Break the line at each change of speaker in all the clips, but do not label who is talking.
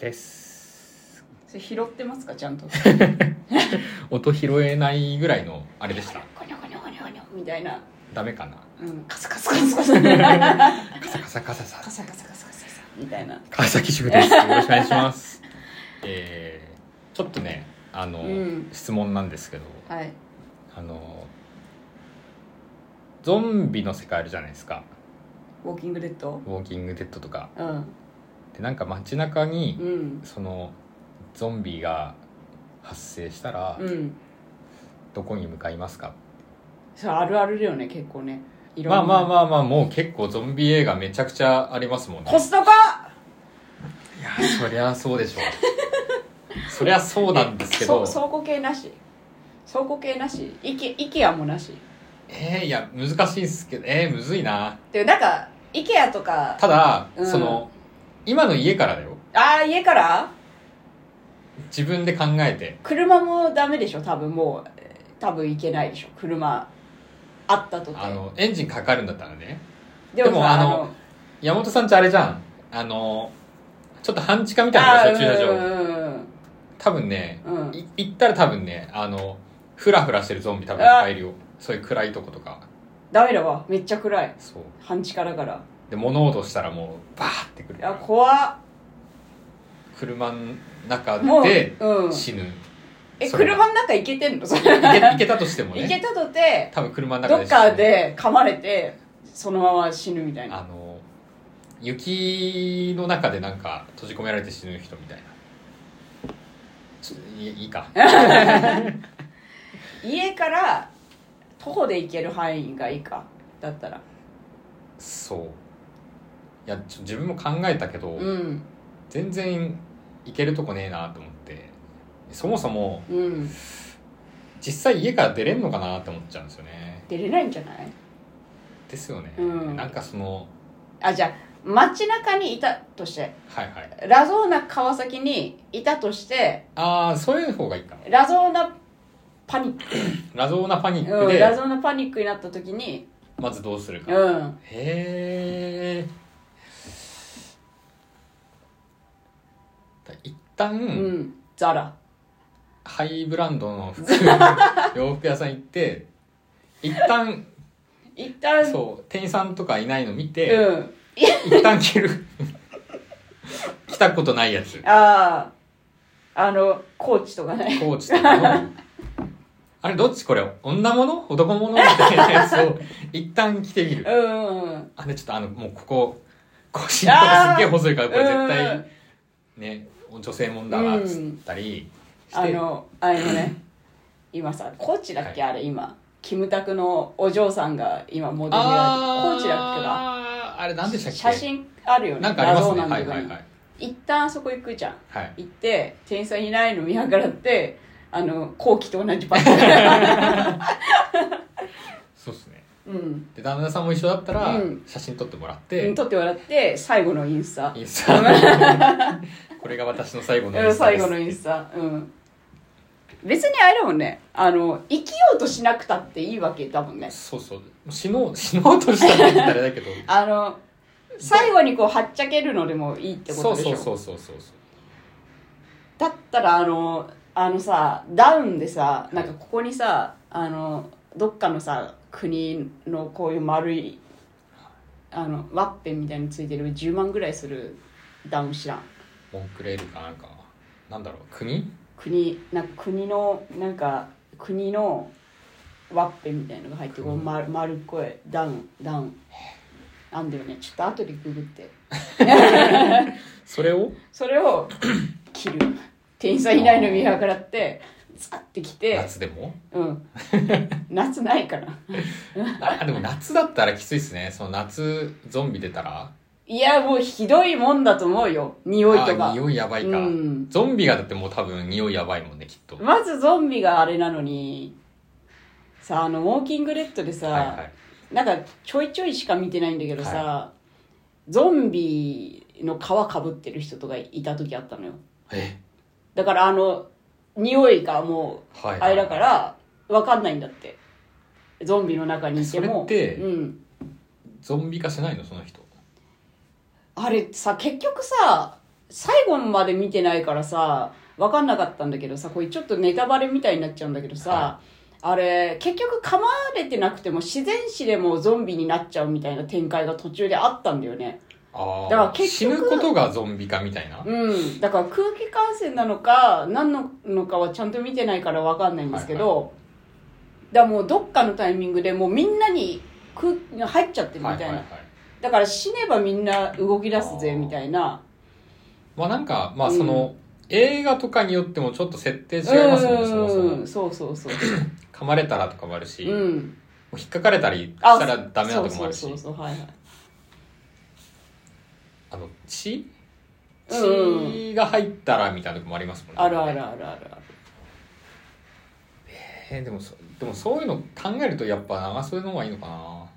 です
それ拾ってますかちゃん と
音拾えないぐらいのあれでした
ゴニョゴニョゴニョゴニョみたいな、
ダメかな
うん、カサカサカサカサカ
カサカサカサさ
サカサカサカサみたいな
川崎塾ですよろしくお願いします えー、ちょっとねあの、
うん
質問なんですけど
はい
あのゾンビの世界あるじゃないですか
ウォーキングデッド
ウォーキングデッドとか
うん
でなんか街中に、
うん
そのゾンビが発生したら、
うん
どこに向かいますか
それあるあるだよね結構ねい
まあまあ
あ
まあまあもう結構ゾンビ映画めちゃくちゃありますもんね
コストコそ
いやそりゃそうでしょうそりゃそうなんですけ ど
倉庫系なし倉庫系なしイケイケアもなし
えー、いや難しいんすけどえー、むずいな
でなんかイケアとか
ただ、
うん
その今の家からだよ
ああ家から
自分で考えて
車もダメでしょ多分もうえー多分行けないでしょ車あったとて
あのエンジンかかるんだったらね
で
でも
さ
あの山本さんちあれじゃんあのちょっと半地下みたいな
あー
場所駐車
う
場
んうん
多分ね
うんうん
い行ったら多分ねあのフラフラしてるゾンビ多分いっぱいいるよそういう暗いとことか
ダメだわめっちゃ暗い
そう
半地下だから
で物音したらもうバーってくる
いや怖
車の中
っもう、
で
うん、
死ぬ、
え
それは
車の中行けてんのそれ
行け行けたとしても
行け
ね
たとて
多分車の中
ど
で
っ
死ぬ
かで噛まれてそのまま死ぬみたいな
あの雪の中でなんか閉じ込められて死ぬ人みたいなちょっといいいいか
家から徒歩で行ける範囲がいいかだったら
そういやちょ自分も考えたけど、
うん
全然行けるとこねえなと思ってそもそも
うん
実際家から出れんのかなって思っちゃうんですよね
出れないんじゃない
ですよね、
うん
なんかその
あじゃあ街中にいたとして
はいはい
ラゾーナ川崎にいたとして
ああそういう方がいいか
ラゾーナパニック
ラゾーナパニッ
う
ク
ん、
で
ラゾーナパニックになった時に、
まずどうするか、へ
うん、
え一旦、
うん、ザラ。
ハイブランドの服洋服屋さん行 って一旦
一旦、
そう店員さんとかいないの見
う
て、
ん。
一旦着る着たことないやつ
ああ、あの、コーチとか ね。
コーチとか のあれどっちこれ女物男物みたいなやつを一旦着てみる
うんうんうん。
あでちょっとあのもうここ腰のとこすっげえ細いからこれ絶
う
対
ん
ね女性もんだなっつったりし
あ
て、
の、あれのね、今さ、コーチだっけ、
は
あれ今。キムタクのお嬢さんが今モデルやコ
あ
ーチだっけ
あ
か
あれ何でしたっけ
写真あるよね。
なんかありますね
ラゾーナ
は
の
い
とこ
は
に
いはい
一旦そこ行くじゃん。
はい
行って、店員さんいないの見計らって、あの、コーチと同じパタ ーン。
そうですね
うん。
で旦那さんも一緒だったら
うん
写真撮ってもらっ
う
て
ん、撮ってもらって最後のインスタ
インス タこれが私の最後のイ
う
ン
ん
スタで
最
す
後のインスタうん別にあれだもんねあの生きようとしなくたっていいわけだもんね
そうそう死のう死のうとしたらって言ったらあれだけど
あの最後にこうはっちゃけるのでもいいってこ
そ
と
う
でしょ
そうそうそうそう
だったらあのあのさダウンでさなんかここにさあのどっかのさ国のこういう丸いあのワッペンみたいについてる10万ぐらいするダウン知らん
モンクレールかなんかなんだろう国
国なんか国のなんか国のワッペンみたいのが入ってこう
国
丸丸っこいダウンダウンあんだよねちょっと後でググって
それを
それを 切る店員さんいないの見計らって使ってきて
夏でも
うん夏ないから
あでも夏だったらきついっすねその夏ゾンビ出たら
いやもうひどいもんだと思うよ匂いと
あ
か
ー匂いやばいか、
うん
ゾンビがだってもう多分匂いやばいもんねきっと、
まずゾンビがあれなのにさあのウォーキングレッドでさ、
はいはい
なんかちょいちょいしか見てないんだけどさ、ゾンビの皮かぶってる人とかいた時あったのよ
え
だからあの匂いがも
は
う
い
あ
はい
れだから分かんないんだってゾンビの中にいても
それって
うん、
ゾンビ化しないのその人
あれさ結局さ最後まで見てないからさ分かんなかったんだけどさこれちょっとネタバレみたいになっちゃうんだけどさ、
は
あれ結局噛まれてなくても自然死でもゾンビになっちゃうみたいな展開が途中であったんだよね
ああ
だから結局
死ぬことがゾンビ化みたいな、
うんだから空気感染なのか何ののかはちゃんと見てないから分かんないんですけど、
は
だからもうどっかのタイミングでもうみんなに空気が入っちゃってるみ
は
た
い
い
は
な、
いはい
だから死ねばみんな動き出すぜ
あー
みたいな
まあなんかまあ
うん
その、映画とかによってもちょっと設定違いますもんねそもそ
うん
も
そうそうそう
噛まれたらとかもあるし、
う
も
ん
う引っかかれたりしたらダメなとこもあるし
そうそうそうそうはいはい
あの血
うんうん
血が入ったらみたいなとこもありますもんね
あるあるあるあるある
えーでもそでもそういうの考えるとやっぱ長袖の方がいいのかな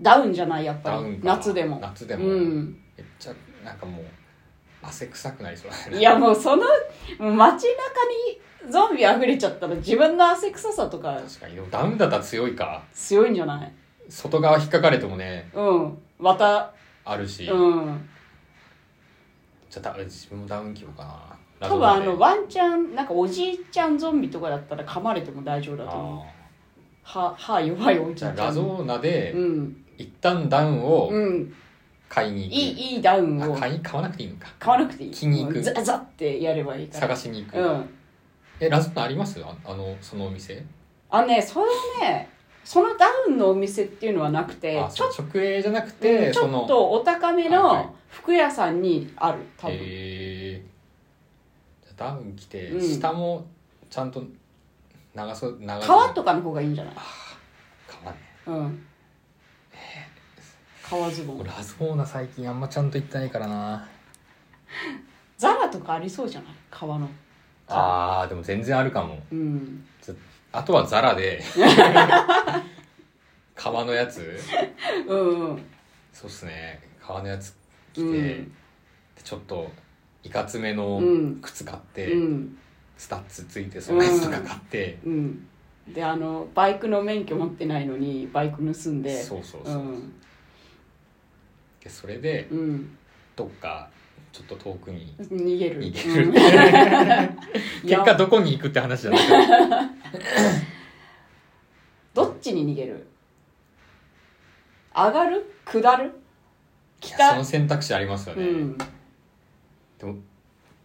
ダウンじゃないやっぱ
ダウ
り
ンかな
夏でも
夏でも、
うん
めっちゃなんかもう汗臭くなりそうだね
いやもうそのもう街中にゾンビ溢れちゃったら自分の汗臭さとか
確かにでもダウンだったら強いか
強いんじゃない
外側引っかかれてもね
うんまた
あるし、
うん
じゃあダ自分もダウン着ようかな
多分あの
ワ
ワンチャンなんかおじいちゃんゾンビとかだったら噛まれても大丈夫だと思う歯歯弱いおじい
じ
ち
ゃ
ゃ
あ
ん
ラゾーナで
うん
一旦ダウンを
うん
買いに行く、
いいいいダウンを
あ買い買わなくていいのか
買わなくていい
気に入る
ザザってやればいいから
探しに行く、
うん
えラゾーナありますああのそのお店
あのねそれねそのダウンのお店っていうのはなくて
あ
ちょっと
直営じゃなくて、
うんち
そ
ょ
の
っとお高め
はいはい
の服屋さんにある多分、
へえじゃあダウン着て、
うん
下もちゃんと長そ長
革とかの方がいいんじゃない、
革ね
うん、革ズボン
俺ラゾーナ最近あんまちゃんと行ってないからな
ザラとかありそうじゃない革の
あーでも全然あるかも
うん
あとはザラで 革のやつ
うんうん
そうっすね革のやつ着て、
うん
でちょっといかつめの
うん
靴買って、
うん
スタッツついてそのやつとか買って、
うんであのバイクの免許持ってないのにバイク盗んで
そうそうそう、
ん
でそれで
うん
どっかちょっと遠くに
逃げる
逃げる
うんい
結
や
果どこに行くって話じゃなくて
どっちに逃げる上がる下る
そ
北
の選択肢ありますよ
う
ね、
ん
でも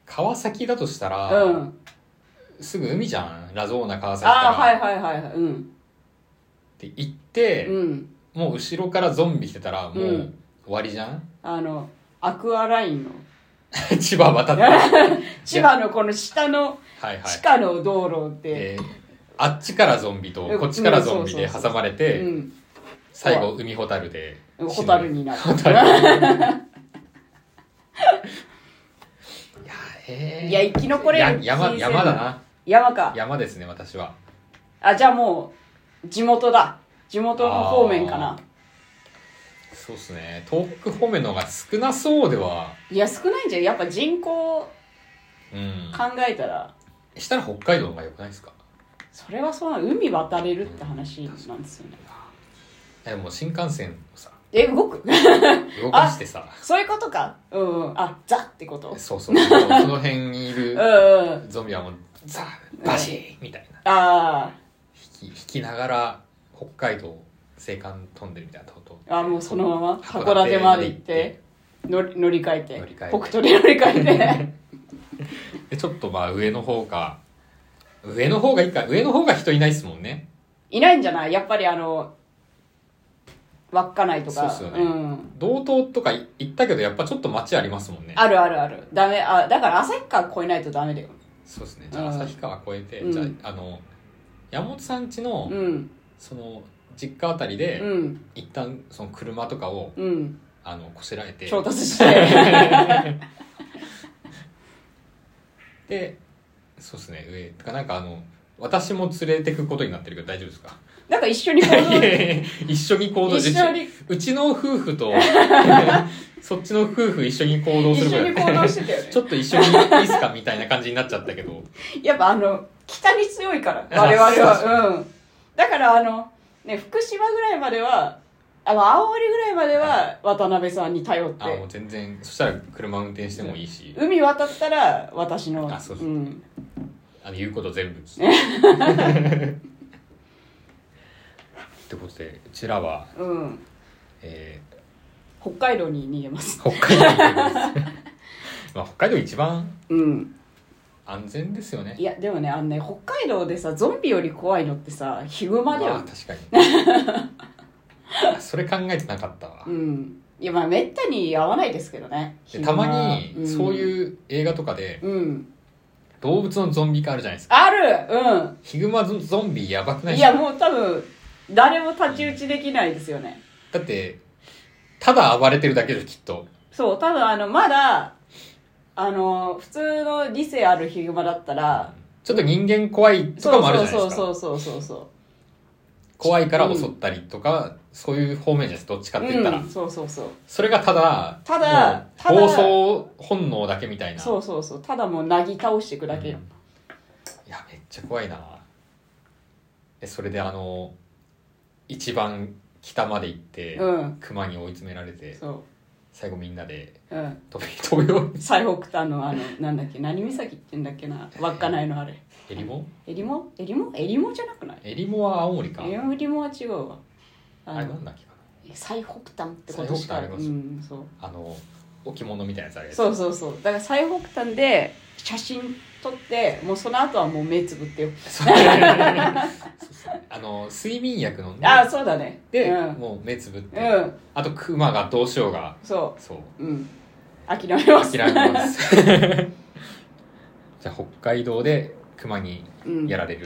川崎だとしたら、
うん
すぐ海じゃんラゾーナ川崎から
ああはいはいはいはいうん
で行って、
うん
もう後ろからゾンビ来てたらもう
う
終
ん
わりじゃん、
あのアクアラインの
千葉渡って はい
千葉のこの下の
はい
地下の道路で、
であっちからゾンビと
うん
こっちからゾンビ
う
で
んそうそう
挟まれて、
うん
最後海ホタルで
ホタルになる
ホ タルいやえー
いや生き残れる
や山
人生
山だな
山か
山ですね私は
あじゃあもう地元だ地元の方面かな
あそうですね東北方面の方が少なそうではい
や少ないんじゃんやっぱ人口考
うん
えたら
したら北海道の方が良くないですか
それはそうなの海渡れるって話なんですよね
いやでも新幹線をさ
え動く
動かしてさ
そういうことかうんうんあザってこと
そうそうその辺にい
うん
る
うん
ゾンビはもうザーバシーみたいな
あ
引き引きながら北海道青函トンネルみたいなとこと
ああもうそのまま函館まで行って乗り乗り換えて
乗り換えて
北斗で乗り換え
でちょっとまあ上の方か上の方がいいか上の方が人いないですもんね
て いないんじゃないやっぱりあの稚内とか
そうっすよね
ん、
道東とかい行ったけどやっぱちょっと街ありますもんね
あるあるあるダメあだから旭川越えないとダメだよ
そうですねじゃあ
うん
旭川越えて、
うん
じゃああの山本さん家の、
うん
その実家あたりで、
うん
一旦その車とかを
うん
あのこしらえて
調達して
でそうですね上かなんかあの私も連れてくことになってるけど大丈夫です か
なんか一緒に行
いや
動
いやいや一緒に行動
一緒に
うちの夫婦 とそっちの夫婦一緒に行動す
一
るこ
緒
とに
に行動
なって
してたよね
ちょっと一緒にいいっすかみたいな感じになっちゃったけど
やっぱあの北に強いから我々
あそうそ
はうんだからあのね福島ぐらいまではあの青森ぐらいまでは渡辺さんに頼っ
あも
て
う全然そしたら車運転してもいいし、
海渡ったら私の、
あそうそうんあの言うこと全部 聞いてってことでうちらは、
うん、
え
北海道に逃げます
ー北海道に行き ますまあ北海道一番
うん
安全ですよね
いやでもねあのね北海道でさゾンビより怖いのってさヒグマ
ま
だ
あ
よ
確かにそれ考えてなかったわ、
うんいやまあめったに合わないですけどね
でたま
ヒグ
に
マ
そういう映画とかで
うん、うん、
動物のゾンビ化あるじゃないですか
ある
ヒグマゾゾンビやばく
う
なんい
い
です
や
か
もう多分誰も太刀打ちできないですよね
だってただ暴れてるだけできっと
そう多分あのまだあの普通の理性あるヒグマだったら
ちょっと人間怖いとかもあるじゃないですか
そうそうそうそうそう
怖いから襲ったりとか、そういう方面じゃないですどっちかって言ったら、
うん、そうそうそう
それがただ
ただ
もう
ただ
暴走本能だけみたいな
そうそうそうただもうなぎ倒していくだけよ、
いやめっちゃ怖いなえそれであの一番北まで行って、
うん
熊に追い詰められて
そ
最後みんなで
ううん
飛び 飛び降り
最北端のあのなんだっけ何岬って言うんだっけな稚内のあれ
エリモ
えりもえりもえりもじゃなくない
エリモは青森か、
えりもは違うわ
あ
あ
れな
の
んだっけか
最北端ってことし
最北
か
端あります
うん、そう
なあの置物みたいなやつあれ
そうそうそうだから最北端で写真撮ってもうその後はもう目つぶってよ
そうあの睡眠薬飲んで
ああそうだね
で、
うん、
もう目つぶって、
うん、
あとクマがどうしようが
そ
そう
ううん諦めます
諦 めますじゃあ北海道でクマに
うん
やられる、